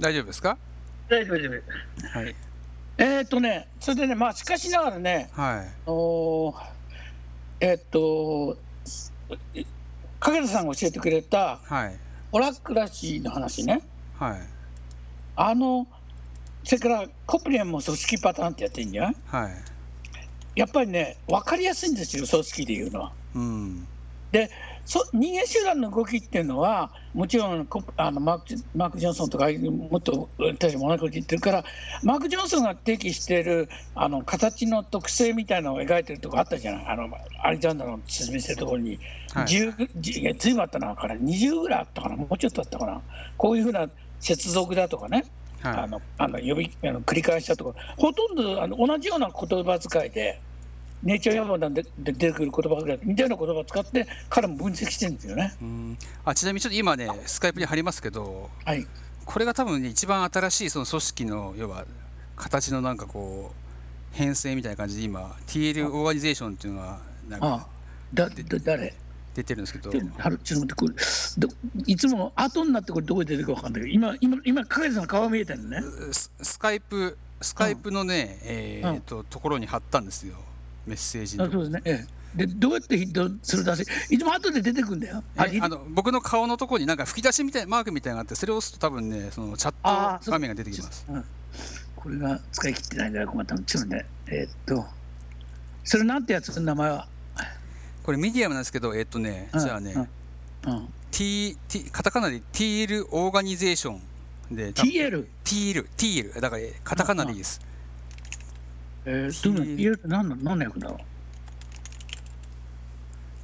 大丈夫ですか大丈夫大丈夫はい。えーっとね、それでね、まあ、しかしながらね、はい。おーえーっと、影田さんが教えてくれたはい。オラクラシーの話ね、はい。あの、それからコプリアンも組織パターンってやってんじゃんはい。やっぱりね、分かりやすいんですよ、組織でいうのは。うん。でそ人間集団の動きっていうのはもちろんコあのマーク・マークジョンソンとかもっと私も同じこと言ってるからマーク・ジョンソンが提起しているあの形の特性みたいなのを描いてるとこあったじゃないあのアレジャンダーの説明してるところに、はい10じいやずいぶんあったなから20ぐらいあったかなもうちょっとあったかなこういうふうな接続だとかね、あはのあの呼びあの繰り返したとかほとんどあの同じような言葉遣いで熱中予防なんでで出てくる言葉ぐらいみたいな言葉を使って彼も分析してるんですよね。い。うん。あ、ちなみにちょっと今ね、スカイプに貼りますけど、はい、これが多分ね、一番新しいその組織の、要は、形のなんかこう、編成みたいな感じで今、TL オーガニゼーションっていうのが、なんああかだだ誰出てるんですけど、ちょっと待ってこれどいつも後になってこれどこで出てくるか分かんないけど今今今影さんの顔見えてるのね。ススカイプ、スカイプのね、えうんーっと、ところに貼ったんですよ。メッセージあのとそこ。うですね。ええ、でどうやってヒットするだしいつも後で出てくるんだよ。えああの僕の顔のところになんか吹き出しみたいなマークみたいなのがあってそれを押すと多分ねそのチャあッートそう画面が出てきますうんこれが使い切ってないんだよ困ったのちょっとねえーっとそれなんてやつの名前はこれミディアムなんですけどえっとねうんじゃあね、うん T T カタカナで TL オーガニゼーションで多分 TL TL TL だからえカタカナでいいですえー、どういうの TL って何の何の役だろう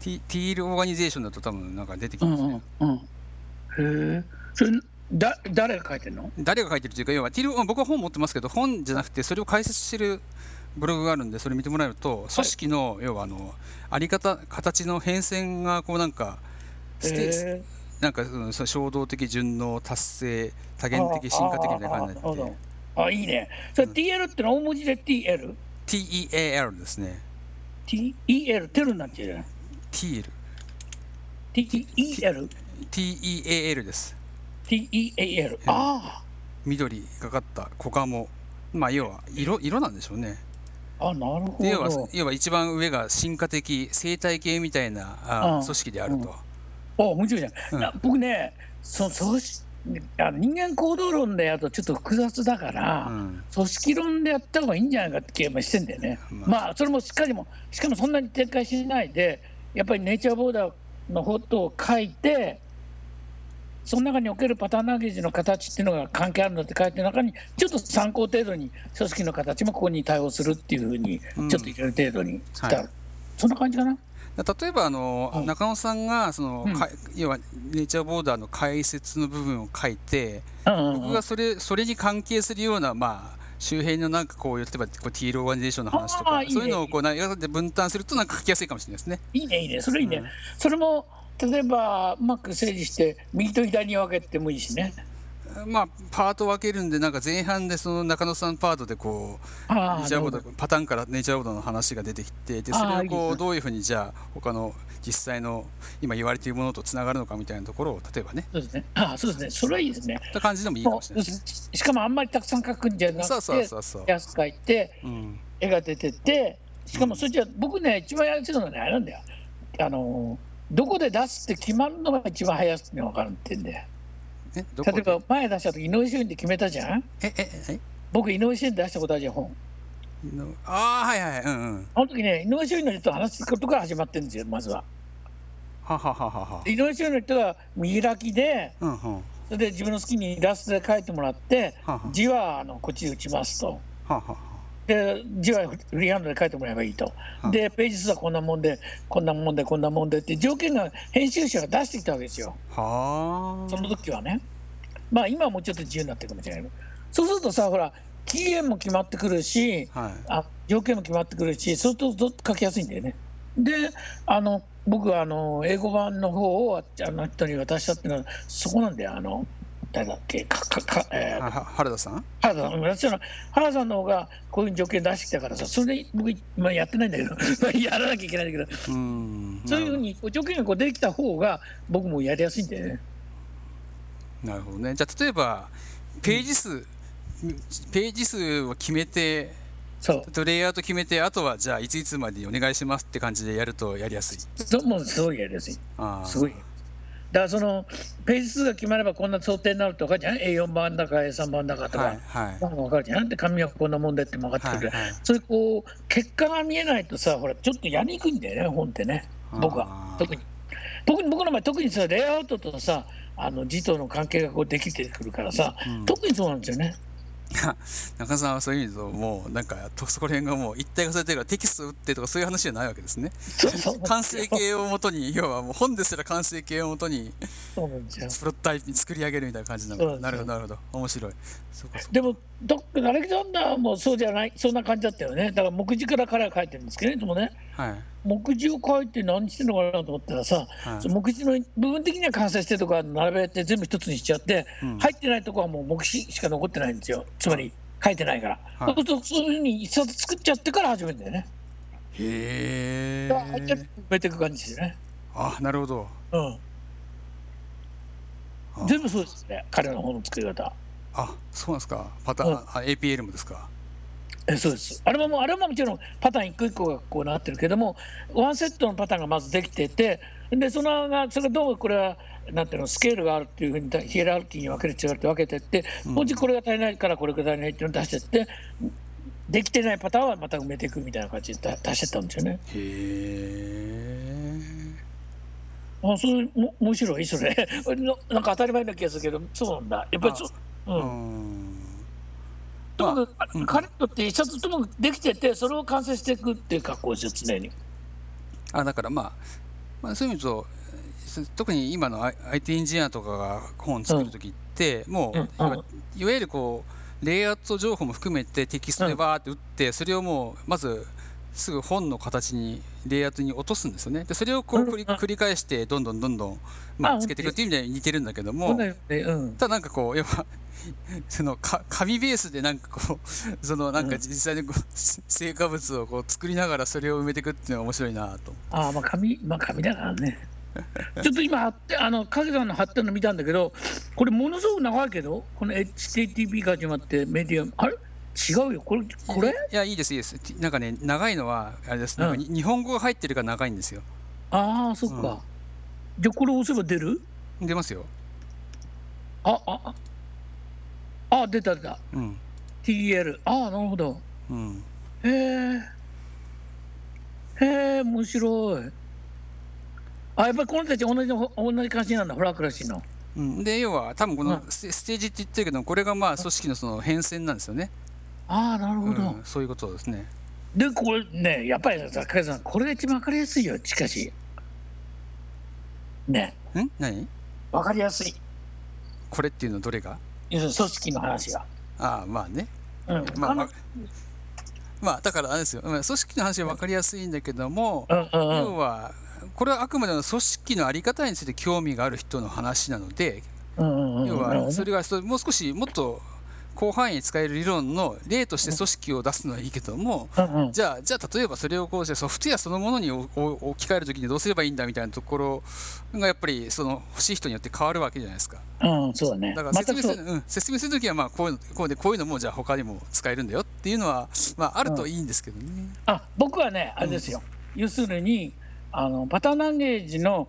T TL オーガニゼーションだと多分なんか出てきうまんすうねんうん。へえ。それだ誰が書いてるの？誰が書いてるというか要は TL 僕は本持ってますけど本じゃなくてそれを解説してるブログがあるんでそれ見てもらえると組織の要はあのあり方形の変遷がこうなんかステへなんかうんそう衝動的順応達成多え元的進化的みたいな感じにあなあってあああいいね。それ TL ってのは大文字で TL。て TEAL ですね TEL テルになっちゃうじゃない。 TEAL TEL TEAL です TEAL。あ緑がかった子カモまあ要は色色なんでしょうねあ。あなるほで要はど。要は一番上が進化的生態系みたいなあうん組織であると、あ面白いじうゃんん。な僕ね、そそうしあの人間行動論でやるとちょっと複雑だから。うん組織論でやった方がいいんじゃないかって気がしてんだよね。ままああ、それもしっかりもしかもそんなに展開しないでやっぱりネイチャーボーダーのことを書いてその中におけるパターンランゲージの形っていうのが関係あるんだって書いてる中にちょっと参考程度に組織の形もここに対応するっていうふうにうんちょっと入れる程度にした、はいそんな感じかな。例えばあの、はい中野さんがその、うんか要はネイチャーボーダーの解説の部分を書いて、うんうん僕うんがそれそれに関係するような、まあ、周辺のなんかこう例えばこう T ローガニゼーションの話とかあーいいねそういうのをこう何かで分担するとなんか書きやすいかもしれないですね。いいねいいねそれいいね、うんそれも例えばうまく整理して右と左に分けてもいいしね。まあパート分けるんでなんか前半でその中野さんパートでこうあーネイチャーボーなドるパターンからネイチャーボードの話が出てきてであーそれをいいこうですねどういうふうにじゃあ他の実際の今言われているものとつながるのかみたいなところを例えばねそうですね。ああ、そうですね。それはいいですね。った感じでもいいかももしれうないですね。ししかもあんまりたくさん書くんじゃなくて、そうそうそうそう安く書いて、うん絵が出てて、しかもそれじゃ、僕ね、一番やってるのはね、あれなんだよ。あのー、どこで出すって決まるのが一番早くて分かるってんだよ。ねどこ例でえば前出した時井上俊で決めたじゃんえええ僕井上俊で出したことあるじゃん本えのああはいはいはいうんうんあの時ね井上俊の人と話すことから始まってるんですよまずははははははで井上俊の人が見開きでうんうんはそれで自分の好きにイラストで描いてもらってはは字はあのこっちで打ちますとははで字はフリーハンドで書いてもらえばいいと、うんでページ数はこんなもんでこんなもんでこんなもんでって条件が編集者が出してきたわけですよはその時はねまあ今はもうちょっと自由になってるかもしれないけどそうするとさほら期限も決まってくるしあはいあ条件も決まってくるしそうすると書きやすいんだよねであの僕はあの英語版の方をああの人に渡したっていうのはそこなんだよあの誰だっけかかか、えーあは原田さん原田さん、私の原田さんの方がこういう条件出してきたからさ、それで僕、まあ、やってないんだけど、 まあやらなきゃいけないんだけど、うんそういうふうにこう条件がこうできた方が、僕もやりやすいんだよね。なるほどねじゃあ例えばページ数、ページ数を決めてそうとレイアウト決めてあとはじゃあいついつまでにお願いしますって感じでやるとやりやすいそもうすごいやりやすいあーすごいだからそのページ数が決まればこんな想定になるとかじゃん A4 番だか A3 番だかとか、はいはいなんか分かるじゃんって紙はこんなもんでっても分かってくる、はいはいそういうこう結果が見えないとさほらちょっとやりにくいんだよね本ってね僕はあー特に特に僕の場合特にさレイアウトとさあの字との関係がこうできてくるからさ、特にそうなんですよね中田さんはそういう意味でもうなんかとそこら辺がもう一体化されてるからテキスト打ってとかそういう話じゃないわけですねそうそう 完成形をもとに要はもう本ですら完成形をもとにそうなんですよプロトタイプ作り上げるみたいな感じなのそうかですなるほどなるほど面白いそうかそうでもどアレキサンダーもそうじゃないそんな感じだったよねだから目次から彼は書いてるんですけどねいつもねかはい目次を書いて何してんのかなと思ったらさ、はいその目次の部分的には完成してるとこは並べて全部一つにしちゃって、うん入ってないとこはもう目次しか残ってないんですよつまり書いてないから、はいそうするとそういうふうに一冊作っちゃってから始めるんだよね、へだから入ってるえ埋めていく感じですよねあなるほどうん全部そうですね彼の方の作り方あそうなんですかパターン、うんあ APL もですかえそうですあれももうあれももちろんパターン一個一個がこうなってるけどもワンセットのパターンがまずできててでそのがそれがどうもこれはなんていうのスケールがあるっていうふうにだヒエラルキーに分ける違って分けてってもうちょいこれが足りないからこれが足りないっていうのを出してってできてないパターンはまた埋めていくみたいな感じで出してったんですよね。へえあそれも面白いそれ のなんか当たり前な気がするけどそうなんだやっぱりそう。うんうんともかく、彼にとって一冊ともできてて、それを完成していくっていう格好ですよ、常に。あだからまあ、まあ、そういう意味とす特に今の I- IT エンジニアとかが本作る時って、もう、うん要はいわゆるこうレイアウト情報も含めてテキストでバーって打って、それをもうまずすぐ本の形にレイアウトに落とすんですよねでそれをこう繰りうん繰り返してどんどんどんどん、まあ、あつけていくっていう意味では似てるんだけどそもんなよねうん、ただなんかこうやっぱ そのか紙ベースでなんかこう そのなんか実際にこう、 成果物をこう作りながらそれを埋めていくっていうのが面白いなと。ああ、まあ、紙、まあ、紙だからね。 ちょっと今貼って、あの、影さんの貼ってるの見たんだけど、これものすごく長いけど、この HTTP が始まってメディアム、あれ違うよ、これ、これいやいいですいいですてなんかね長いのはあれです、なんかに日本語が入ってるから長いんですよああ、そっか。じゃあこれ押せば出る出ますよあ、あ、あ、あ、出た出た。うん TL。ああ、なるほど。うんへえ。へえ、面白い。あ、やっぱりこの人たち同じの、同じ感じなんだ、フラクラシーの。うん、で要は多分このうステステージって言ってるけどこれがまあ組織のその変遷なんですよね、ああ、なうるほど。ん、そういうことですねで、これね、やっぱりさ、加さん、これが一番わかりやすいよ、しかし。ね、ん何わかりやすい。これっていうのどれが要するに組織の話が。ああまあねうん、まあ、まああ、まあだからあれですよまあ組織の話は分かりやすいんだけども、のうんうんうん要はこれはあくまでも組織のあり方について興味がある人の話なのでうんうんうん要なるほはどそれがそうもう少しもっと広範囲に使える理論の例として組織を出すのはいいけども、うんうんじゃあじゃあ例えばそれをこうじゃあソフトウェアそのものにおお置き換えるときにどうすればいいんだみたいなところがやっぱりその欲しい人によって変わるわけじゃないですかうん、そうだね。だからま説た明そする,、う、うん、説明するときはまあこういうのこうでこういうのもじゃあ他にも使えるんだよっていうのは、まあ、あるといいんですけどね、あ、僕はね、あれですよ。要するに、あの、パターンランゲージの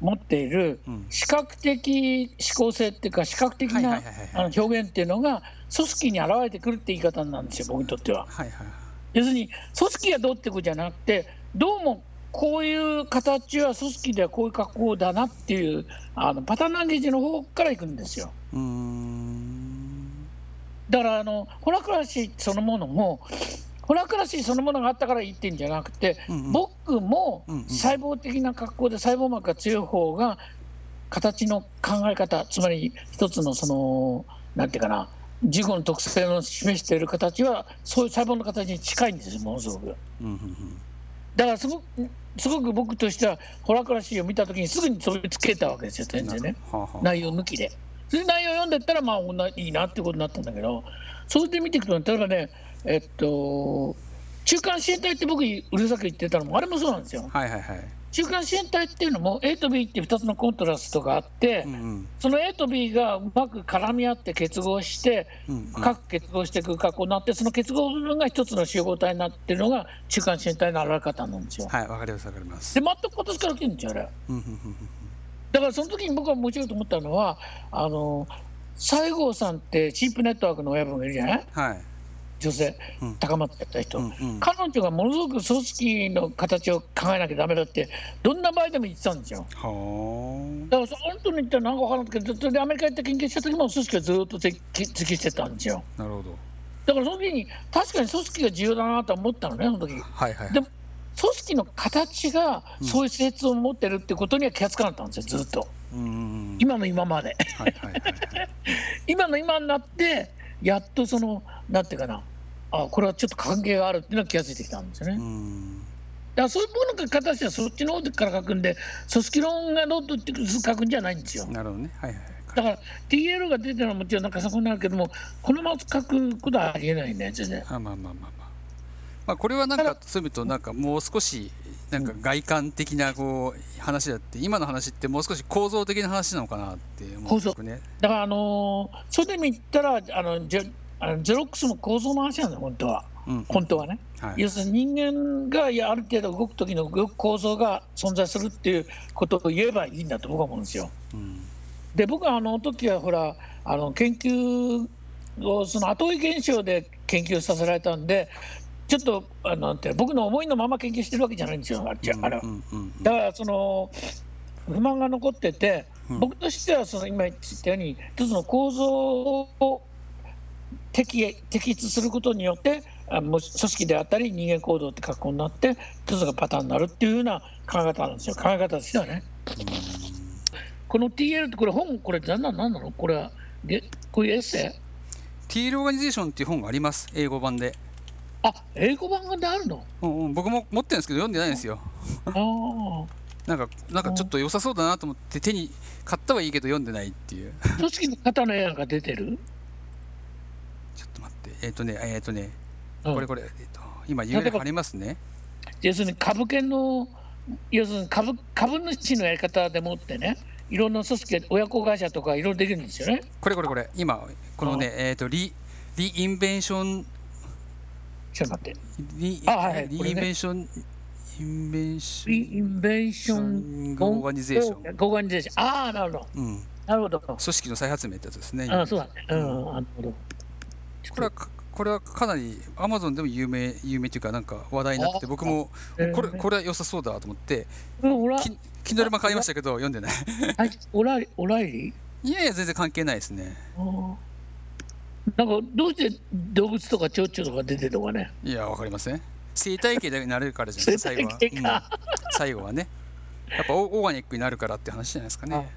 持っているうん視覚的指向性っていうか、視覚的はないはいはいはいあの表現っていうのが、組織に現れてくるって言い方なんですよ、僕にとっては。はいはいはい要するに組織がどうってことじゃなくてどうもこういう形は組織ではこういう格好だなっていうあのパターンランゲージの方から行くんですようーんだからあのホラクラシーそのものもホラクラシーそのものがあったから言ってんじゃなくて、うんうん僕もうんうん細胞的な格好で細胞膜が強い方が形の考え方つまり一つのそのなんていうかな事故の特性の示している形はそういう細胞の形に近いんですよものすごく。うんうんうんだからすごくすごく僕としてはホラクラシーを見た時にすぐに飛びつけたわけですよ全然ねはあはあ内容抜きで。それで内容読んでったらまあおんないいなってことになったんだけどそれで見ていくと例えばねえっと中間支援隊って僕うるさく言ってたのもあれもそうなんですよはいはいはい中間支援体っていうのも A と B っていう2つのコントラストがあって、うんうんその A と B がうまく絡み合って結合して、うんうん各結合していく格好になってその結合部分が一つの集合体になってるのが中間支援体の現れ方なんですよ。はいわかりますわかりますで全く今年から来てるんですよあれ。うんうんうんだからその時に僕は面白いと思ったのはあの西郷さんってチープネットワークの親分がいるじゃないうんはい女性、うん高松だった人、うんうん彼女がものすごく組織の形を考えなきゃダメだってどんな場合でも言ってたんですよはだからそ本当に言ったら何か分からんけどそれでアメリカ行って研究した時も組織をずっと突き突きしてたんですよあなるほどだからその時に確かに組織が重要だなとは思ったのねその時はいはいでも組織の形がそういう性質を持ってるってことには気がつかなかったんですよずっとうんうんうん今の今まで はいはいはいはい今の今になってやっとそのなんていうかなあこれはちょっと関係があるっていうのは気が付いてきたんですよね。うだかんらそういうものが形はそっちの方から書くんで組織論がどうとって書くんじゃないんですよ。なるほどねはいはいだから TL が出てるのはもちろんなんかそこになるけどもこのまま書くことはありえないね全然。あまあまあまあまあまあこれはなんかそういう意味となんかもう少しなんか外観的なこう話だって今の話ってもう少し構造的な話なのかなって思構う造僕ねだからあのーそういう意味で言ったらあのジェあのゼロックスも構造の話なんだよ本当はうん本当はね。はい要するに人間がいやある程度動く時の動く構造が存在するっていうことを言えばいいんだと僕は思うんですよ。うんで僕はあの時はほらあの研究をその後追い現象で研究させられたんでちょっとあのなんて僕の思いのまま研究してるわけじゃないんですよあれじゃあれはうんうんうんだからその不満が残ってて、うん僕としてはその今言ったように一つの構造を摘摘出することによってあもう組織であったり人間行動って格好になって一つがパターンになるっていうような考え方なんですよ考え方としてはね。この TL ってこれ本これ何なんなんなのこれはでこういうエッセイ TL オーガニゼーションっていう本があります英語版で、あ英語版がであるのうんうん、僕も持ってるんですけど読んでないんですよああなんかなんかちょっと良さそうだなと思って手に買ったはいいけど読んでないっていう 組織の方の絵なんか出てるちょっと待ってえっ、とねえっ、とねうんこれこれ、えー、と今 URL 貼りますね要するに株券の要するに株株主のやり方でもってねいろんな組織親子会社とかいろいろできるんですよねこれこれこれ今このねえっ、とリリインベンションちょっと待ってリ,、あはいはいリこれねインベンションインベンションインベーションオーガニゼーションオーガニゼーションああなるほどうん、組なるほど織の再発明ってやつですね。ああそうだねうんなるほどこれはかこれはかなり Amazon でも有名有名というかなんか話題になっててあ僕もえーこれこれは良さそうだと思ってこれオラき Kindle 版買いましたけど読んでない。あオラオライリーいやいや全然関係ないですね。ああなんかどうして動物とか蝶々とか出てるのかねいやわかりません。生態系になれるからじゃないですか最後は、 生態系かうん最後はね。やっぱオオーガニックになるからって話じゃないですかね。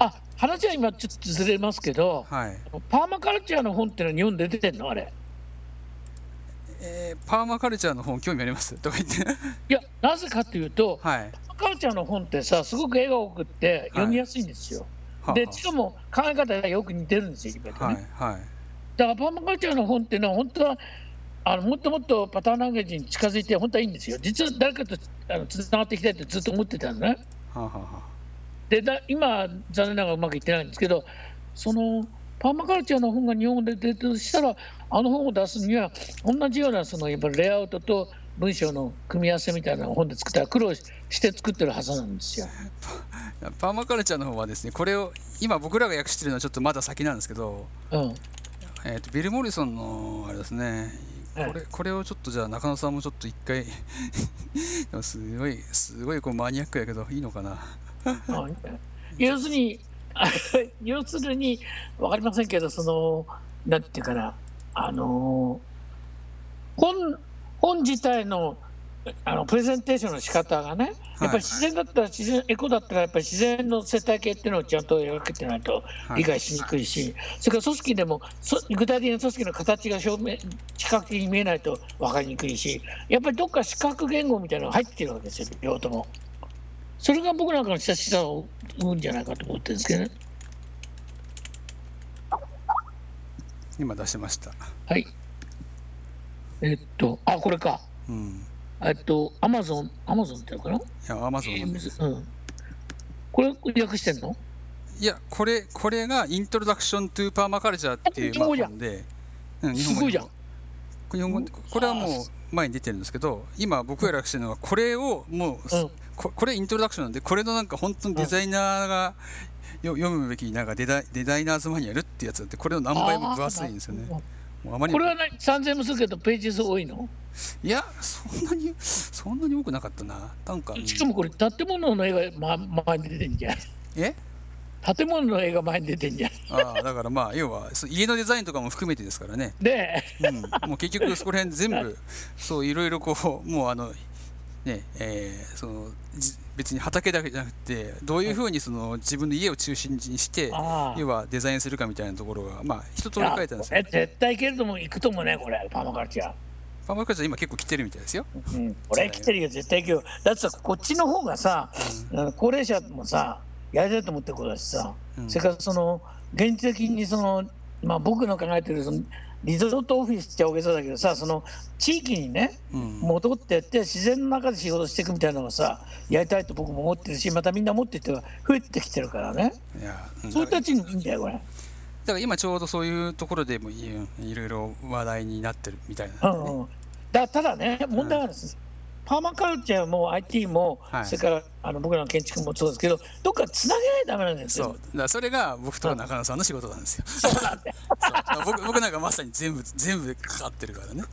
あ話は今ちょっとずれますけどはい。パーマカルチャーの本ってのは日本で出てんのあれえーパーマカルチャーの本興味ありますとか言って。 いやなぜかというと、はい。カルチャーの本ってさすごく絵が多くって読みやすいんですよ、はでしかも考え方がよく似てるんですよ、今とねあはいはい。だからパーマカルチャーの本っていうのは本当はあのもっともっとパターンランゲージに近づいて本当はいいんですよ実は誰かとあのつながっていきたいってずっと思ってたのねはあ、はあはでだ今残念ながらうまくいってないんですけどそのパーマカルチャーの本が日本で出てるとしたらあの本を出すには同じようなそのやっぱりレイアウトと文章の組み合わせみたいな本で作ったら苦労しして作ってるはずなんですよ。あパーマカルチャーの方はですね、これを今僕らが訳してるのはちょっとまだ先なんですけど、うんえー、とビル・モリソンのあれですね、こはいれこれをちょっとじゃあ中野さんもちょっと一回 でもすごいすごいこうマニアックやけどいいのかなはい要するにあ要するに分かりませんけどそのなんていうかなあの本本自体のあのプレゼンテーションの仕方がねはいやっぱり自然だったら自然、エコだったらやっぱり自然の生態系っていうのをちゃんと描けてないとはい理解しにくいし、それから組織でもそ具体的な組織の形が正面視覚的に見えないと分かりにくいしやっぱりどっか視覚言語みたいなのが入ってるわけですよ両方とも。それが僕なんかの親しさを生むんじゃないかと思ってるんですけどね。今出しました、はい。えっと、あ、これか。うん、えっと、アマゾン、アマゾンっていうのかな、いや、アマゾン。いうん、これ訳してんのや、これ、これがイントロダクショントゥーパーマカルチャーっていう日本語じゃん本で、うん、すごいじゃん。日本語これはもう前に出てるんですけど今僕らがしてるのはこれをもう、うんここれイントロダクションなんでこれのなんか本当にデザイナーがよ読むべきなんかデザイデザイナーズマニュアルってやつだってこれの何倍も分厚いんですよね。もうあまりこれは何3000もするけどページ数多いの、いやそんなにそんなに多くなかったななんか、うんしかもこれ建物の絵が、ま、前に出てんじゃんえ建物の絵が前に出てんじゃんああだからまあ要はそう家のデザインとかも含めてですからね、でうん、もう結局そこら辺全部そういろいろこうもうあのねえーそのじ別に畑だけじゃなくてどういうふうにその自分の家を中心にしてああ要はデザインするかみたいなところがまあ一通り書いてあるんですよえ絶対けれども行くともねこれパーマカルチャー、パーマカルチャー今結構来てるみたいですようん、俺来てるよ絶対行くよだってさこっちの方がさ、高齢者もさやりたいと思ってることだしさ、うんそれからその現実的にその、まあ、僕の考えてるそのリゾートオフィスっちゃ大げさだけどさその地域にねうん戻ってって自然の中で仕事していくみたいなのをさやりたいと僕も思ってるしまたみんな思ってる人が増えてきてるからねいやうんそういだうか人らたちにもいいんだよこれ。だから今ちょうどそういうところでもいいろいろ話題になってるみたいな、うんうん、だただね問題はです、パーマカルチャーも IT も、はいそれからあの僕らの建築もそうですけどどっかつなげないとダメなんですそうだよ。からそれが僕と中野さんの仕事なんですよそうなんだよそうだから僕僕なんかまさに全部全部かかってるからね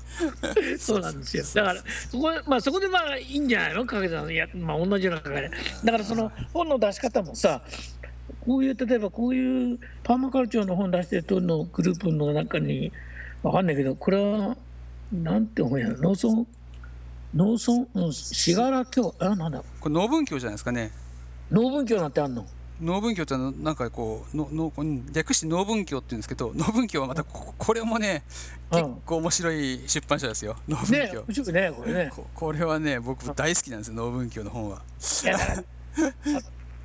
そうなんですよ。だからそこまあそこでまあいいんじゃないのかけたのいやまあ同じような考えで。だからその本の出し方もさ。こういう例えばこういうパーマカルチャーの本出してる人のグループの中にわかんないけどこれはなんて本やろ農村農村うんしがら教あなんだこれ農文教じゃないですかね農文教なんてあんの農文教ってあのなんかこうののうん略して農文教って言うんですけど 農文教はまたここれもねうん結構面白い出版社ですよ農文ね教、面白いねこれね。ここれはね僕大好きなんですよ農文教の本は。いやだから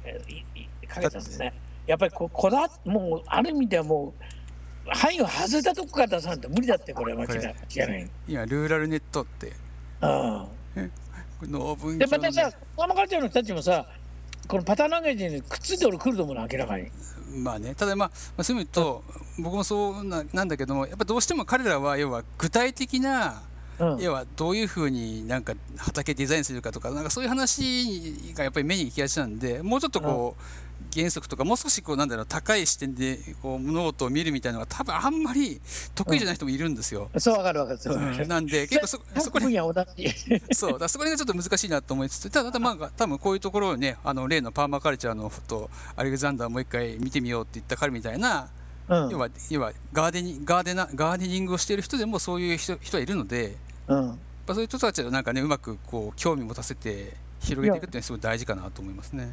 えいいかけたんですね。やっぱりここだもうある意味ではもう範囲を外れたとこから出さないと無理だってこれは間違い間違いない。今ルーラルネットってうんこれ農文で教まのたねさママカルチャーの人たちもさこのパターンランゲージにくっついて俺来ると思うの明らかに。まあねただまあまあそういう意味で言うと僕もそうななんだけどもやっぱどうしても彼らは要は具体的なうん要はどういうふうになんか畑デザインするかとかなんかそういう話がやっぱり目に行きがちなんでもうちょっとこう原則とかもう少しこうなんだろう高い視点でこう物事を見るみたいなのが多分あんまり得意じゃない人もいるんですよ。そうわかるわかるそうわかうんる。なんで 結構そそこにには同 じ。そうだからそこら辺がちょっと難しいなと思いつつただただまあ多分こういうところをねあの例のパーマカルチャーのとアレクザンダーもう一回見てみようって言った彼みたいなうん要は要はガーデニガーデナガーデニングをしている人でもそういう人人はいるので。うん。まあ、そういう人たちをなんかねうまくこう興味持たせて広げていくっていうのはすごい大事かなと思いますね。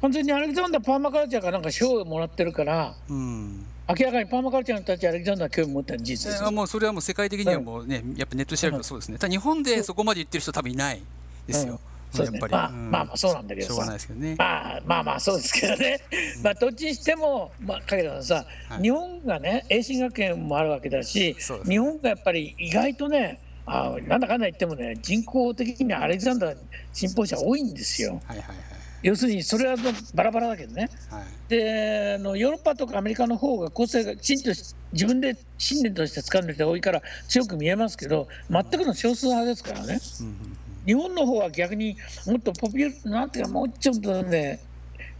完全にアレキザンダーパーマカルチャーがなんか賞をもらってるからうん、明らかにパーマカルチャーの人たちアレキザンダー興味持ったのは事実ですえあもうそれはもう世界的にはもうねやっぱネットで調べるとそうですね。ただ日本でそこまで言ってる人多分いないですよ。そうやでっぱすねり、まあ、うんまあまあそうなんだけしょどうがないさですけどね。まあまあまあそうですけどね、まあどっちにしても、まあ、影田さんさ、はい日本がね栄新学園もあるわけだし、そうです日本がやっぱり意外とねあなんだかんだ言ってもね人口的にアレキサンダー信奉者多いんですよはいはい要するにそれはまあバラバラだけどねはいはい。であのヨーロッパとかアメリカの方が個性がきちんとし自分で信念として掴んでる人が多いから強く見えますけど全くの少数派ですからね。うんうん日本の方は逆にもっとポピュラーなんていうかもうちょっとね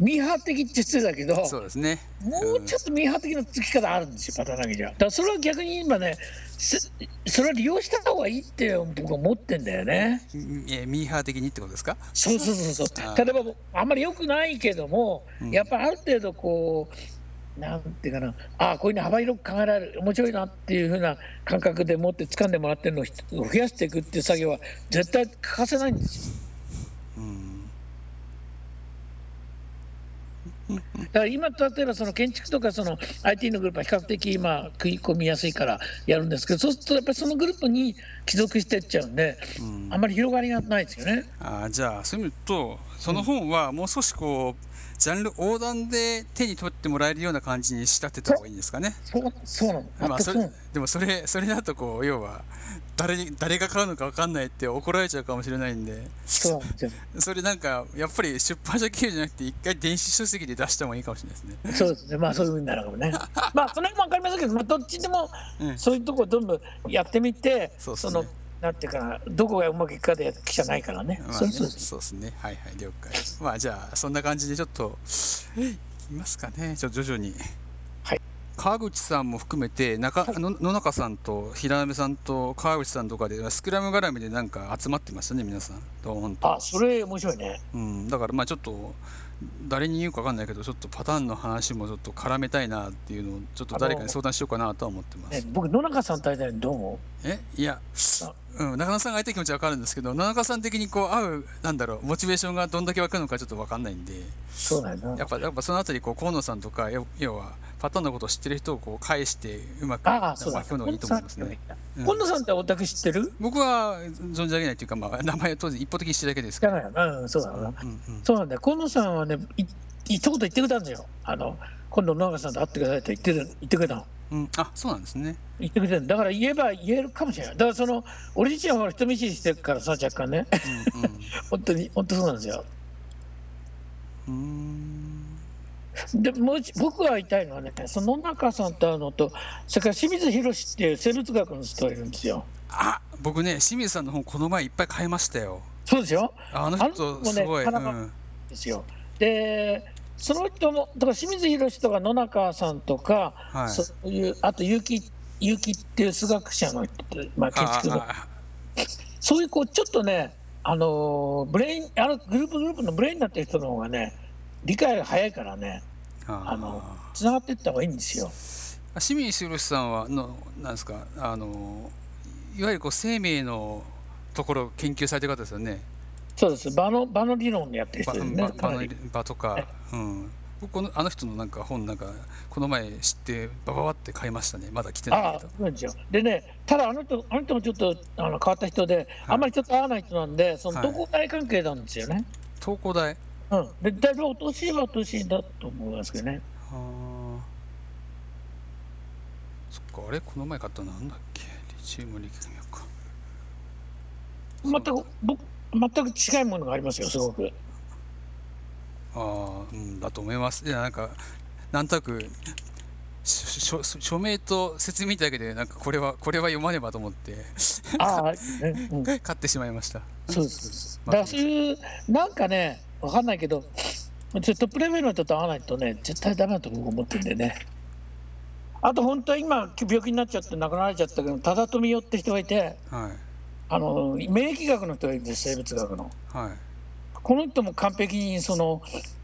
ミーハー的って失礼だけどうん、そうですね。もうちょっとミーハー的なつき方あるんですよパタナギじゃだからそれは逆に今ねすそれは利用した方がいいって僕は思ってんだよねうんえミーハー的にってことですか？そうそうそうあそーう例えばあんまり良くないけども、うんやっぱある程度こうなんていうかなああこういうの幅広く考えられる面白いなっていうふうな感覚でもって掴んでもらってるのをひ増やしていくっていう作業は絶対欠かせないんですようんだから今例えばその建築とかその IT のグループは比較的今食い込みやすいからやるんですけどそうするとやっぱりそのグループに帰属してっちゃうんでうんあんまり広がりがないですよね。あーじゃあそういう意味で言うとその本はもう少しこうジャンル横断で手に取ってもらえるような感じに仕立てた方がいいんですかね。そうそうなのまあ、全くそそうなれのでもそれそれだとこう要は誰に誰が買うのか分かんないって怒られちゃうかもしれないんでそうなんですよそれなんかやっぱり出版社経由じゃなくて一回電子書籍で出した方がいいかもしれないですね。そうですね、まあそういうふうになるかも ね。まあその辺も分かりませんけど、まあ、どっちでもうんそういうとこどんどんやってみて、そうっすそねのなんていうかな、どこがうまくいくかで記者ないからね。まあそうねそうそうそうですね。はいはい、了解。まあじゃあ、そんな感じでちょっと、いきますかね、ちょ徐々に。はい。川口さんも含めて中、の野中さんと平目さんと川口さんとかでスクラム絡みでなんか集まってましたね皆さんどーんと、あ、それ面白いね。うん、だからまあちょっと誰に言うか分かんないけどちょっとパターンの話もちょっと絡めたいなっていうのをちょっと誰かに相談しようかなとは思ってますね僕野中さん対談どう思えいや、うん、中野さんが相手気持ちわかるんですけど中野さん的にこう合うなんだろうモチベーションがどんだけわかるのかちょっとわかんないんでう？そうだよなや。っぱやっぱそのあたりこう河野さんとか要要はパターンのことを知ってる人をこう返してうまくあ巻あ、きそうだ。込むのがいいと思いますね。うん今野さんってお宅知ってる？僕は存じ上げないというか、まあ、名前を当時一方的に知ってるだけです知けらど、ないよな。うん、そうだよな。うんうん、そうなんだよ。今野さんはね、い一言言ってくれたんですよ。あの今度野中さんと会ってくださいって言ってる言ってくれたの。うん、あそうなんですね言ってくれてるだから言えば言えるかもしれないだからその俺自身はほら人見知りしてるからさ若干ね うんうん本当に本当そうなんですようー んでもし僕が言いたいのはねその野中さんと会うのとそれから清水宏っていう生物学の人がいるんですよあ僕ね清水さんの本この前いっぱい買いましたよそうですよあのあの人も人ねすごい、田中うん、ですよでその人もだから清水宏とか野中さんとか、はいそういうあと結城結城っていう数学者の、まあ、建あ築のあそういうこうちょっとね、あのーブレインあるグループグループのブレインになってる人の方がね、理解が早いからね、ああのつながっていった方がいいんですよ。清水宏さんはのなんですかあのいわゆるこう生命のところを研究されてる方ですよね。そうです。場の場の理論でやってる人場ですね。か場なのり。場とか、うん、僕このあの人のなんか本なんかこの前知ってバババって買いましたね。まだ来てないああ、けそど。うなんですよ。でね、ただあの人あの人もちょっとあの変わった人で、あんまり人と会わない人なんで、そのはい同好会関係なんですよね。東工大。うん。でだいぶお年はお年だと思いますけどね。あーそっかあれこの前買ったのなんだっけリチウムリキミアか。全く僕全く近いものがありますよ。す ごく。ああ、うん、だと思います。いや、なんか、なんとなく、ししょ署名と説明だけで、なんか、これは、これは読まねばと思って、 ああ、ね、うん。買ってしまいました。そうですそうです。だまかあらそういうなんかね、わかんないけど、ちょっとトップレベルの人と合わないとね、絶対ダメだと僕思ってるんでね。あと本当は今病気になっちゃって亡くなられちゃったけど、忠富よって人がいて、はい。あの免疫学の人がいるんです、生物学の。はい。この人も完璧にその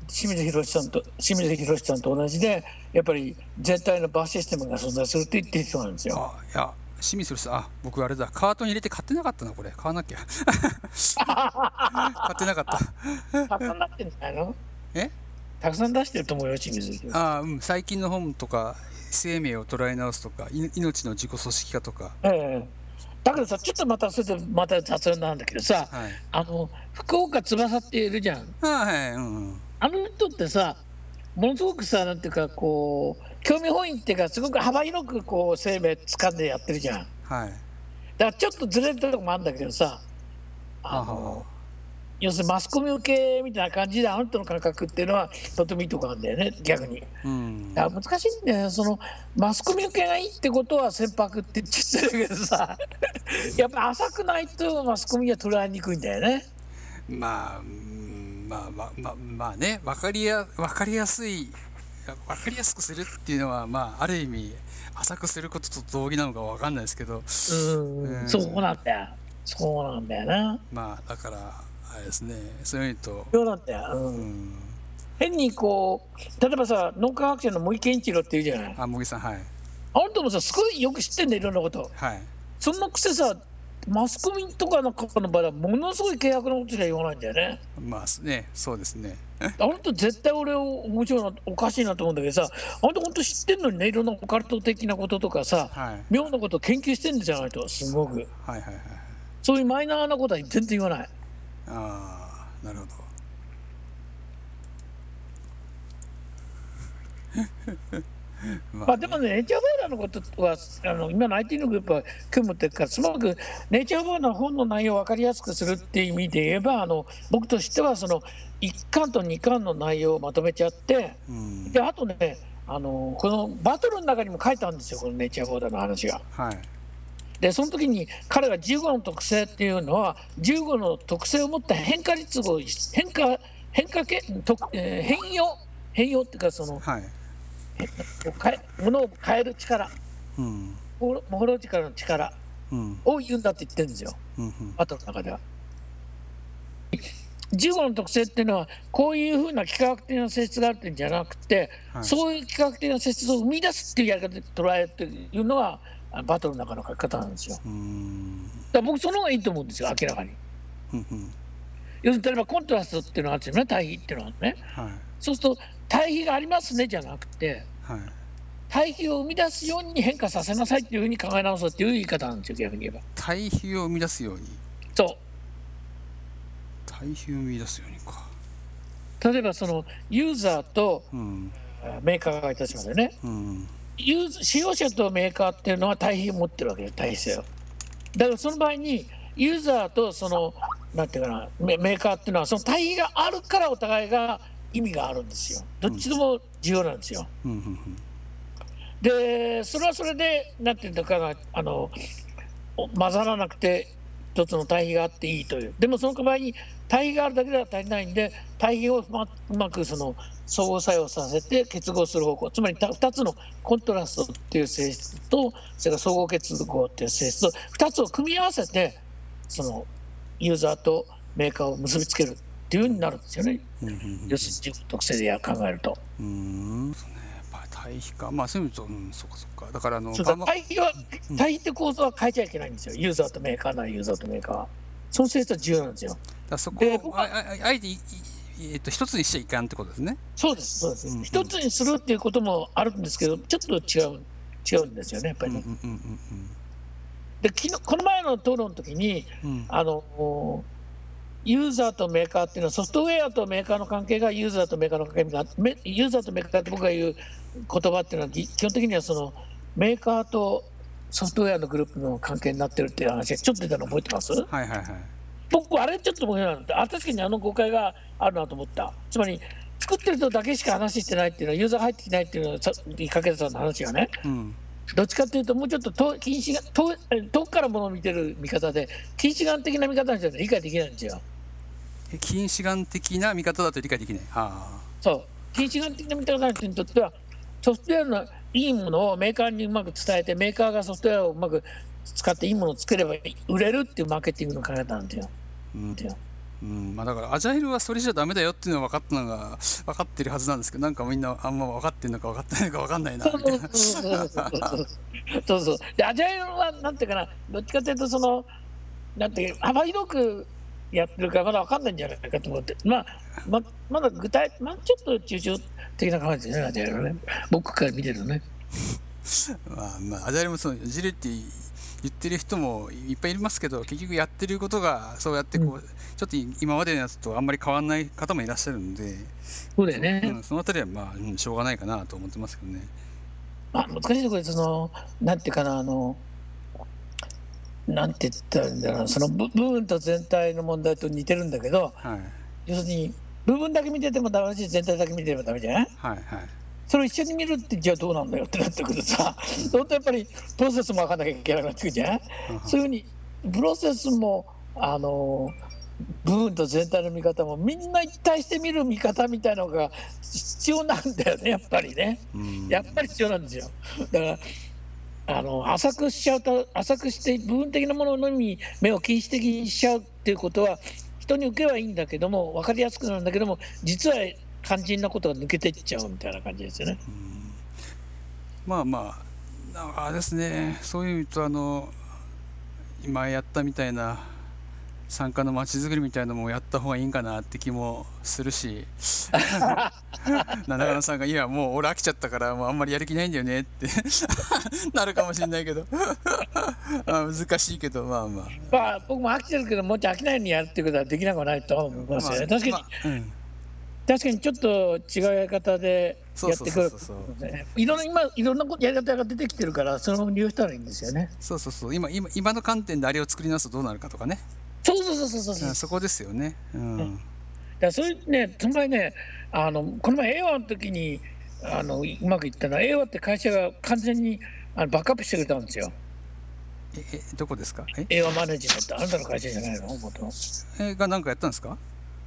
清水宏さんと清水宏さんと同じで、やっぱり全体のバーシステムが存在するって言ってる人なんですよ。あ、いや、清水さん、あ、僕、あれだ、カートに入れて買ってなかったな、これ。買わなきゃ。 買ってなかった。たくさん出してるんじゃないの？えたくさん出してると思うよ、清水。あーうん、最近の本とか、生命を捉え直すとか、い命の自己組織化とか。ええだけどさちょっとまたそれでまた雑談なんだけどさ、はい。あの福岡翼っているじゃんあーはい、うん、うん。あの人ってさものすごくさなんていうかこう興味本位っていうかすごく幅広くこう生命掴んでやってるじゃんだはい。からちょっとずれるとこもあるんだけどさあははの要するにマスコミ受けみたいな感じであの人の感覚っていうのはとてもいいとこなんだよね逆にうん。だから難しいんだよねそのマスコミ受けがいいってことは船舶って言っちゃってるけど さやっぱ浅くないとマスコミには捉えにくいんだよねまあ、うんまあ、まあ、まあ、まあね、わかりや、わかりやすい。わかりやすくするっていうのは、まあ、ある意味。浅くすることと同義なのかわかんないですけど。うんそうなんだよそうなんだよなまあ、だから、あれですね、そういう意味と。そうなんだよ、うんうん、変にこう例えばさ脳科学者の森健一郎っていうじゃないあ、茂木さん、はい。あの人もさすごいよく知ってんだよいろんなことはい。そんなくせさマスコミとかの方の場合はものすごい契約のことしか言わないんだよねまあ、ね、そうですね。あの人絶対俺を面白いなおかしいなと思うんだけどさあの人本当知ってんのにねいろんなオカルト的なこととかさ、はい。妙なこと研究してんじゃないとすごくはい、はい、はい。そういうマイナーなことは全然言わないああ、なるほど。まあまあ、でもね、ネイチャーボーイラーのことは、あの今の IT のグループは組むっていうから、すごくネイチャーボーイラーの本の内容を分かりやすくするっていう意味で言えば、あの僕としてはその1巻と2巻の内容をまとめちゃって、うんであとね、あのこのバトルの中にも書いたんですよ、このネイチャーボーイラーの話が。はいで、その時に彼が15の特性っていうのは、15の特性を持った変化率を、変化、変化け、とえー変容、変容っていうか、その、はい変え物を変える力。うんモホロジカルの力うんを言うんだって言ってるんですよ、うんうんバトルの中では。15の特性っていうのはこういうふうな幾何学的な性質があるっていうんじゃなくて、はいそういう幾何学的な性質を生み出すっていうやり方で捉えるっていうのがあバトルの中の書き方なんですよ。だうかんら僕その方がいいと思うんですよ明らかに。うんうん要するに例えばコントラストっていうのがあるんですよね対比っていうのはね。はいそうすると対比がありますねじゃなくてはい対比を生み出すように変化させなさいっていうふうに考え直そうっていう言い方なんですよ逆に言えば。対比を生み出すようにそう対比を生み出すようにか例えばそのユーザーとうんえーメーカーがいたしますよねうんユーザー使用者とメーカーっていうのは対比を持ってるわけよ対比性をだからその場合にユーザーとそのなんていうかなメメーカーっていうのはその対比があるからお互いが意味があるんですよどっちでも重要なんですよ、うんうんでそれはそれでなんていうのかなあのお混ざらなくて一つの対比があっていいというでもその場合に対比があるだけでは足りないんで対比をうまうまくその相互作用させて結合する方向つまりた2つのコントラストっていう性質とそれから相互結合っていう性質と2つを組み合わせてそのユーザーとメーカーを結びつけるっていうふうになるんですよねうんうんうん要するに自己特性でや考えると。うーんそうねやっぱ対比かまあそういう意味とうんそっかそっかだからあのそうバだーマ対比は対比って構造は変えちゃいけないんですよユーザーとメーカーならユーザーとメーカーはその性質は重要なんですよだそこでをああああえていいえっと一つにしちゃいかんってことですねそうですそうです、うんうん一つにするっていうこともあるんですけどちょっと違う違うんですよねやっぱうりんうね、んうんで昨日この前の討論の時にうんうんあのユーザーとメーカーっていうのはソフトウェアとメーカーの関係がユーザーとメーカーの関係がめユーザーとメーカーって僕が言う言葉っていうのは基基本的にはそのメーカーとソフトウェアのグループの関係になってるっていう話がちょっと出たの覚えてますはいはいはい僕あれちょっと面白いなってあ確かにあの誤解があるなと思ったつまり作ってる人だけしか話してないっていうのはユーザー入ってきてないっていうのはさっき掛田さんの話がねうんどっちかっていうともうちょっと遠近視が遠え遠くからものを見てる見方で近視眼的な見方の人は理解できないんですよえ近視眼的な見方だと理解できないあそう近視眼的な見方の人にとってはソフトウェアのいいものをメーカーにうまく伝えてメーカーがソフトウェアをうまく使っていいものを作れば売れるっていうマーケティングの考え方なんですよ。ーうんですようんまあだからアジャイルはそれじゃダメだよっていうのは分かったのが分かってるはずなんですけどなんかみんなあんま分かってんのか分かってないのか分かんないなみたいなそうそう。で、アジャイルは、なんていうかな、どっちかというと、その、なんていうか幅広くやってるから、まだわかんないんじゃないかと思って、まあ、ままだ具体、まあ、ちょっと抽象的な感じですね、アジャイルはね。僕から見てるとね。まあまあアジャイルもそのいじるって言ってる人もいっぱいいますけど結局やってることがそうやってこう、ちょっと今までのやつとあんまり変わんない方もいらっしゃるんで、そうだよね。うん、そのあたりはまあ、うんしょうがないかなと思ってますけどね。まあ、難しいところで、その、なんていうかな、あの、なんて言ったらいいんだろうな、その部部分と全体の問題と似てるんだけど、はい要するに、部分だけ見ててもダメだし、全体だけ見ててもダメじゃないはいはい。それを一緒に見るってじゃあどうなんだよってなってくるとさ本当やっぱりプロセスも分かんなきゃいけなくなってくるじゃないうんうんそういうふうにプロセスもあの部分と全体の見方もみんな一体して見る見方みたいなのが必要なんだよねやっぱりねうんやっぱり必要なんですよだからあの浅くしちゃうと浅くして部分的なもののみ目を禁止的にしちゃうっていうことは人に受けはいいんだけども分かりやすくなるんだけども実は肝心なことが抜けていっちゃうみたいな感じですよね。まあまあなんかあれですねそういう意味とあの今やったみたいな参加のまちづくりみたいなのもやった方がいいんかなって気もする し七川さんが「いやもう俺飽きちゃったからもうあんまりやる気ないんだよね」って なるかもしれないけど あ難しいけどまあまあまあ、僕も飽きてるけど、もうちょい飽きないようにやるっていうことはできなくはないとは思いますよまね。あ確かに、まあうん確かにちょっと違うやり方でそうやっそうてそくうるそうそういろんな今いろんなことやり方が出てきてるからその利用したらいいんですよねそうそうそう今今今の観点であれを作り直すとどうなるかとかね、そうそうそうそうそう、うんそこですよね、うんだからそういうね、その前ね、あのこの前、映画の時にあのうまくいったのは、映画って会社が完全にあのバックアップしてくれたんですよ、ええどこですかえ映画マネージメント、あなたの会社じゃないの、本当えが何かやったんですか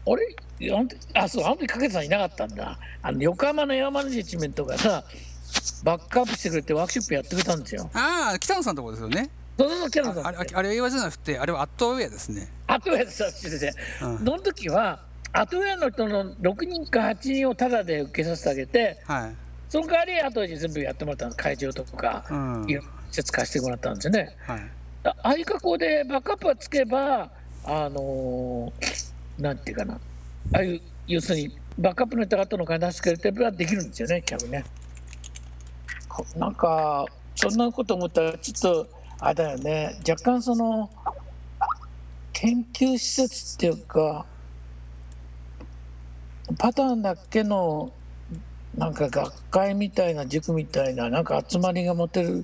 あれあの時あ、そう、あの時、かけさんいなかったんだ、あの横浜の映画マネージメントがさ、バックアップしてくれて、ワークショップやってくれたんですよ、ああ北野さんのとこですよねそうそうそう、キャあラさあんれですよ、あれは映画じゃなくてあれはアットウェアですねアトウェアさんですよ、うんその時は、アトウェアの人の6人か8人をタダで受けさせてあげて、はいその代わり、あとで全部やってもらったの、会場とか。うんいろんな施設貸してもらったんですよね。はいあああいう格好でバックアップがつけば、あのーなんていうかな、ああいう、要するにバックアップの人が後の金出してくれてればできるんですよね、客ね。こなんか、そんなこと思ったら、ちょっと、あれだよね、若干その、研究施設っていうか、パターンだけの、なんか学会みたいな塾みたいな、なんか集まりが持てる。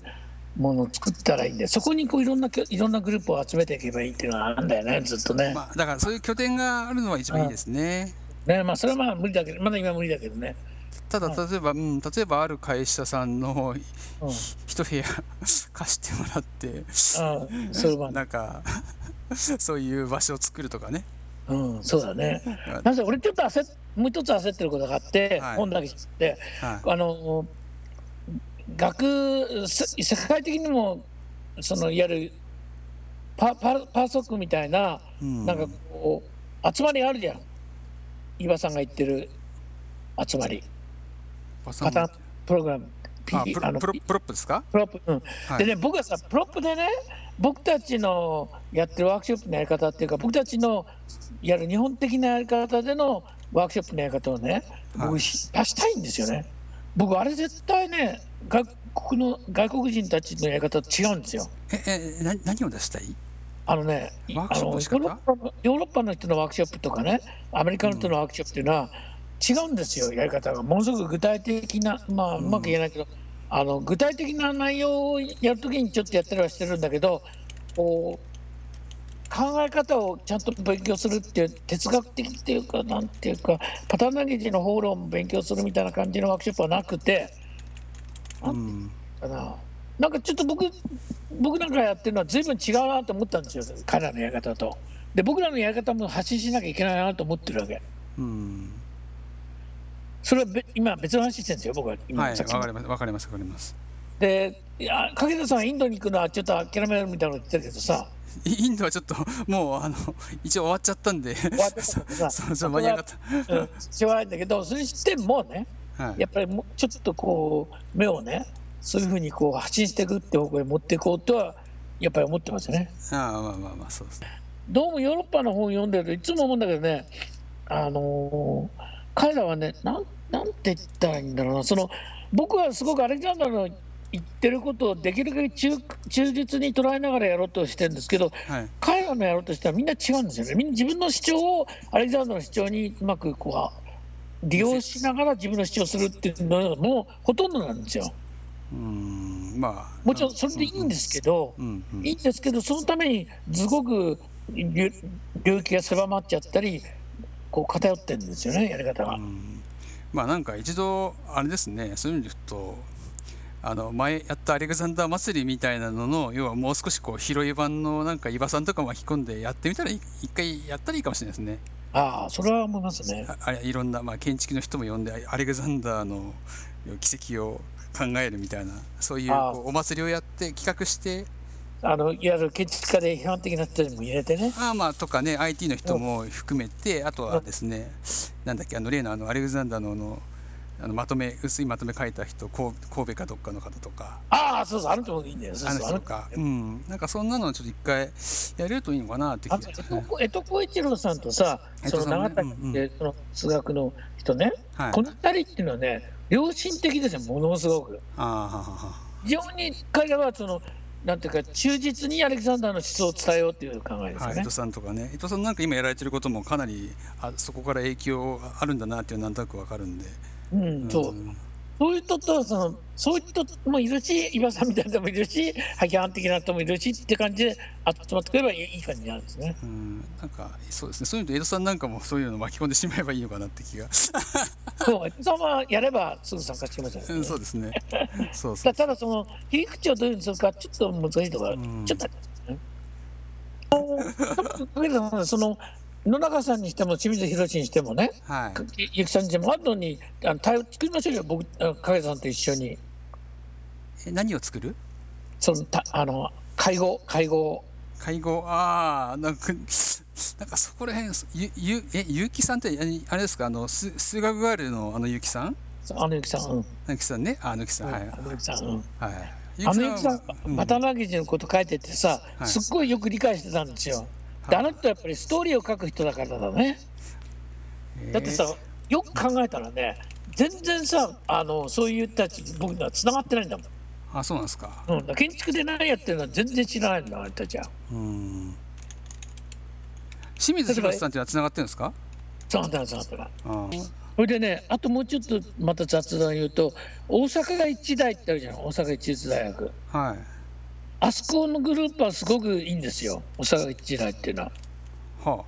ものを作ったらいいんでそこにこういろんなきょいろんなグループを集めていけばいいっていうのはあるんだよねずっとね,、まあ、だからそういう拠点があるのは一番いいですね。ねまあそれはまあ無理だけどまだ今は無理だけどねただ例えば、うん、例えばある会社さんのうん、一部屋 貸してもらってうん、それは、なんか そういう場所を作るとかね。うん、そうだねなんせ俺ちょっと焦っもう一つ焦ってることがあって、はい本だけ知ってはい、あの学せ世界的にもそのいわゆるパパパーソックみたいなうんなんかこう集まりあるじゃん岩さんが言ってる集まりパパターンプログラム、P あプあロのプロプロップですか、プロップ、うんはいでね僕はさプロップでね僕たちのやってるワークショップのやり方っていうか僕たちのやる日本的なやり方でのワークショップのやり方をねは僕いし出したいんですよね僕あれ絶対ね外国の外国人たちのやり方と違うんですよええな何を出したいあのねいワークあショップののヨ仕方ーロッパのヨーロッパの人のワークショップとかねアメリカの人のワークショップっていうのは違うんですよやり方がものすごく具体的なまあうまく言えないけど、あの具体的な内容をやるときにちょっとやったりはしてるんだけどこう考え方をちゃんと勉強するっていう哲学的っていうかなんていうかパターン投げ地の方論を勉強するみたいな感じのワークショップはなくて。うんかな。なんかちょっと僕僕なんかやってるのは随分違うなと思ったんですよ彼らのやり方と。で僕らのやり方も発信しなきゃいけないなと思ってるわけ。うん、それはべ今別の話してるんですよ僕は今、はいさわっきかりのますわかりますわかりますでいや影田さんインドに行くのはちょっと諦めるみたいなこと言ってたけ どさイインドはちょっともうあの一応終わっちゃったんで終わってたからさそうそう間に合わなかっうんしょうがないんだけどそれにしてもねた、はいやっぱりもうちょっとこう目をねそういうふうにこう発信していくって方向へ持っていこうとはやっぱり思ってますよね。ああまあまあまあそうですねどうもヨーロッパの本読んでるといつも思うんだけどね、あのー彼らはねなん、なんて言ったらいいんだろうな、その僕はすごくアレクサンダーの言ってることをできるだけ忠忠実に捉えながらやろうとしてるんですけど、はい彼らのやろうとしたらみんな違うんですよね、みんな自分の主張をアレクサンダーの主張にうまくこう利用しながら自分の主張するっていうのがもうほとんどなんですよ。うんまあもちろんそれでいいんですけど、うんうんいいんですけどそのためにすごく領領域が狭まっちゃったりこう偏ってるんですよねやり方が、うんまあなんか一度あれですねそういう意味で言うとあの前やったアレクサンダー祭りみたいなのの要はもう少しこう広い版のなんか伊庭さんとか巻き込んでやってみたらいい一回やったらいいかもしれないですねああそれは思いますねああれいろんな、まあ、建築の人も呼んでアレクサンダーの奇跡を考えるみたいなそういうあーこうお祭りをやって企画してあのいわゆる建築家で批判的な人にも入れてねあーまあとかね IT の人も含めてあとはですねなんだっけあの例のあのアレクサンダーのあのあのまとめ薄いまとめ書いた人こう神戸かどっかの方とかああそうそうあの人もいいんだよそうあのそう人とかうんなんかそんなのちょっと一回やれるといいのかなって気あがの江戸江戸光一郎さんとさ、江そ戸さんねの長田君って、その数学の人ね、はいこの二人っていうのはね、良心的ですよ、ものすごく。あーははは非常に彼らはそのなんていうか忠実にアレキサンダーの思想を伝えようっていう考えですはい、伊よね藤。さんとかね伊藤さんなんか今やられてることもかなりあそこから影響あるんだなっていうのはなんとなくわかるんで、うん、そううんそういう人とそのそういう人もいるし岩さんみたいな人もいるし批判的な人もいるしって感じで集まってくればいいいい感じになるんですね。うんなんかそうですねそういうのと江戸さんなんかもそういうの巻き込んでしまえばいいのかなって 気が、そうそのままやればすぐ参加してますよねうん、そうですねそうそうだただその切り口をどういうふうにするかちょっと難しいところ、うんちょっとありますね。だけどその野中さんにしても清水宏にしてもねはいゆゆきさんにしてもあとにあの対応作りましょうよ僕あの影さんと一緒にえ何を作るそのたあの介護介護介護ああなんか なんかそこら辺ゆゆえゆうきさんってあれあれですかあのす数学ガールのあのゆうきさんあのゆきさん、うん、あのゆきさんねああのゆきさん、はいあのゆきさん、うはんいあのゆきさんは、渡辺記のこと書いててさ、はいすっごいよく理解してたんですよ。で、あの人やっぱりストーリーを書く人だからだね。うんだってさ、よく考えたらね、全然さ、あの、そういう人たち、僕には繋がってないんだもえーあそうなんですかん。うん、だから建築で何やってるのは全然知らないんだ、あの人たちは。うん清水宏さんっていうのはつながってるんですか繋がってない、繋がってない。あーそれでね、あともうちょっとまた雑談言うと、大阪が一大ってあるじゃん、大阪一律大学。はいあそこのグループはすごくいいんですよ、大阪一大っていうのは。は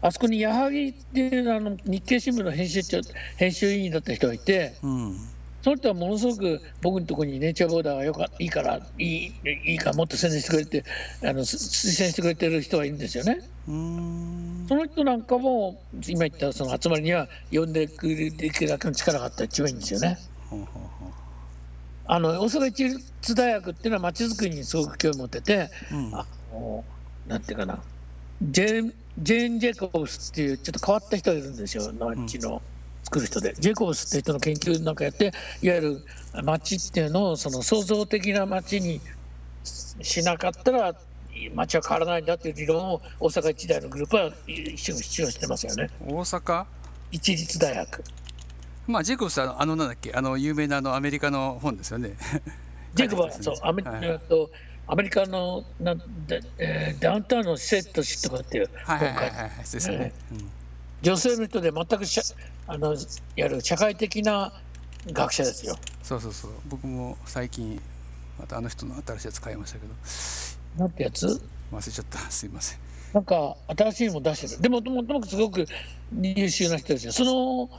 あそこに矢作っていうあの日経新聞の編集長編集委員だった人がいてあうんその人はものすごく僕のところにネイチャーボーダーがよかいいからいいいいからもっと宣伝してくれてあのす推薦してくれてる人がいるんですよね。うーんその人なんかも今言ったその集まりには呼んでくれるだけの力があったら一番いいんですよね。ほうほうほうあの大阪市立大学っていうのはまちづくりにすごく興味を持ってて、うんあのなんていうかなジェーン・ジェーン・ジェイコブスっていうちょっと変わった人がいるんですよ街の作る人で、ジェイコブスっていう人の研究なんかやっていわゆる街っていうのをその創造的な街にしなかったら街は変わらないんだっていう理論を大阪一大のグループは一応主張してますよね大阪一律大学まあジェイコブスはあのあのなんだっけあの有名なあのアメリカの本ですよねジェイコブはそうアメ,、はいえっとアメリカのなんだ、えーダウンタウンの施設としとかっていうはいはいはい本はいそうですよね、うん女性の人で全くしゃあのやる社会的な学者ですよ。そうそうそう僕も最近またあの人の新しいやつ買いましたけどなんてやつ忘れちゃったすいませんなんか新しいの出してるでもともともすごく優秀な人ですよ。その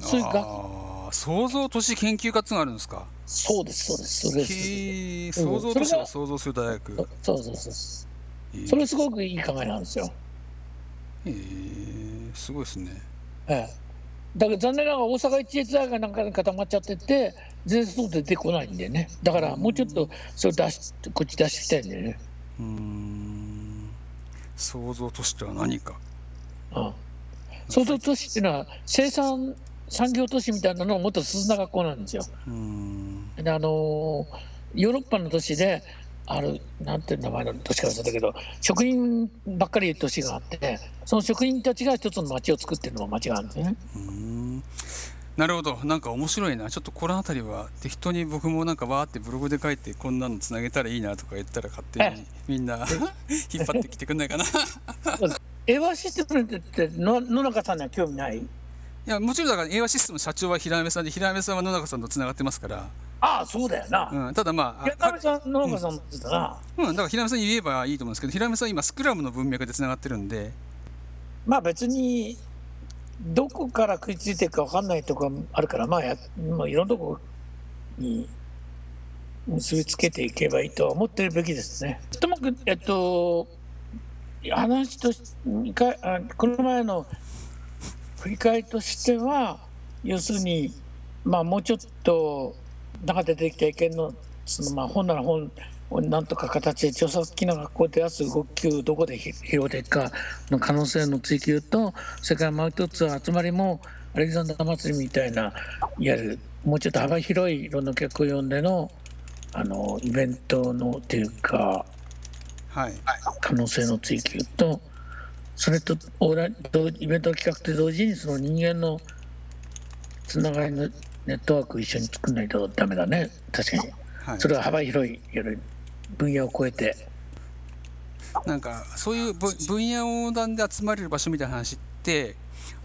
そういう学ああ創造都市研究家っていうのがあるんですかそうですそうですそれです。へえ創造都市を創造する大学、そうそうそうそええうそれすごくいい考えなんですよ。へえすごいですねええだけど残念ながら大阪一律大学なんかに固まっちゃってて全然そう出てこないんでねだからもうちょっとそれ出しこっち出してきたいんだよね。うーん創造都市とは何かうん創造都市っていうのは生産産業都市みたいなのをもっと進んだ学校なんですよ。うーんであのーヨーロッパの都市であるなんて名前の都市か忘れたけど職人ばっかりいる都市があってその職人たちが一つの町を作ってるのも町があるんですよね。うーんなるほどなんか面白いなちょっとこの辺りは適当に僕もなんかわーってブログで書いてこんなのつなげたらいいなとか言ったら勝手にみんな 引っ張ってきてくんないかないエヴァシステムっての野中さんには興味ないやもちろんだから英和システムの社長は平目さんで平目さんは野中さんとつながってますから、ああそうだよな。うん、ただまあ矢あ上さん野中さんのってたな、うん、だから平目さんに言えばいいと思うんですけど平目さん今スクラムの文脈でつながってるんでまあ別にどこから食いついてるか分かんないとこがあるからまあや、まあ、いろんなとこに結びつけていけばいいとは思ってるべきですね。ともかくえっと話とし一回あこの前の振り返りとしては要するにまあもうちょっと中で出てきた意見のそのまあ本なら本をなんとか形で著作機能がこう出やす動きをどこでひ広げていくかの可能性の追求とそれからもう一つは集まりもアレキサンダー祭りみたいないわゆるもうちょっと幅広いいろんな客を呼んでのあのイベントのっていうかはい可能性の追求とそれとオーラ同イベントの企画と同時にその人間のつながりのネットワークを一緒に作らないとダメだね確かにはいそれは幅広いいろいろ分野を超えて。なんかそういうぶ分野横断で集まれる場所みたいな話って、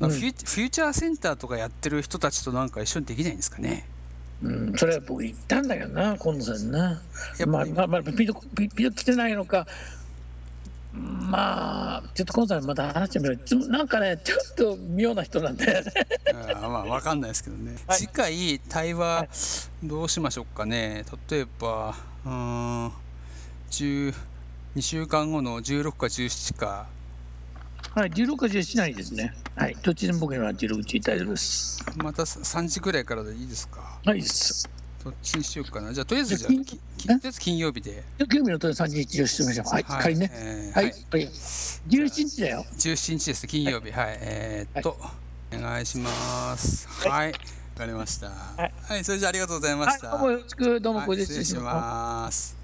あのうんフューフューチャーセンターとかやってる人たちとなんか一緒にできないんですか ねうん、それは僕言ったんだけどな、今度さんな。やっぱまあ、りまあ、まあ、ピンと、ピピンと来てないのか。まあ、ちょっと今度はまた話してみよう。いつもなんかね、ちょっと妙な人なんだよね。あーまあわかんないですけどね、はい次回対話どうしましょうかね例えばうーん10 2週間後の16か17かはい、16か17ないですね。はい、どっちでも僕には16時大丈夫です。また3時ぐらいからでいいですかはい、です。どっちにしようかなじゃあとりあえずじゃあじゃあききとえりあえず金曜日で、金曜日のと3時一応してみましょう。はい、仮ね。えーはい、ははいい、17日だよ。 17日です金曜日はい、えーっと、お願いしますはいわ、かりましたはい、それじゃあありがとうございまはいし、た、どうもよろしく、どうもはいご自失礼身します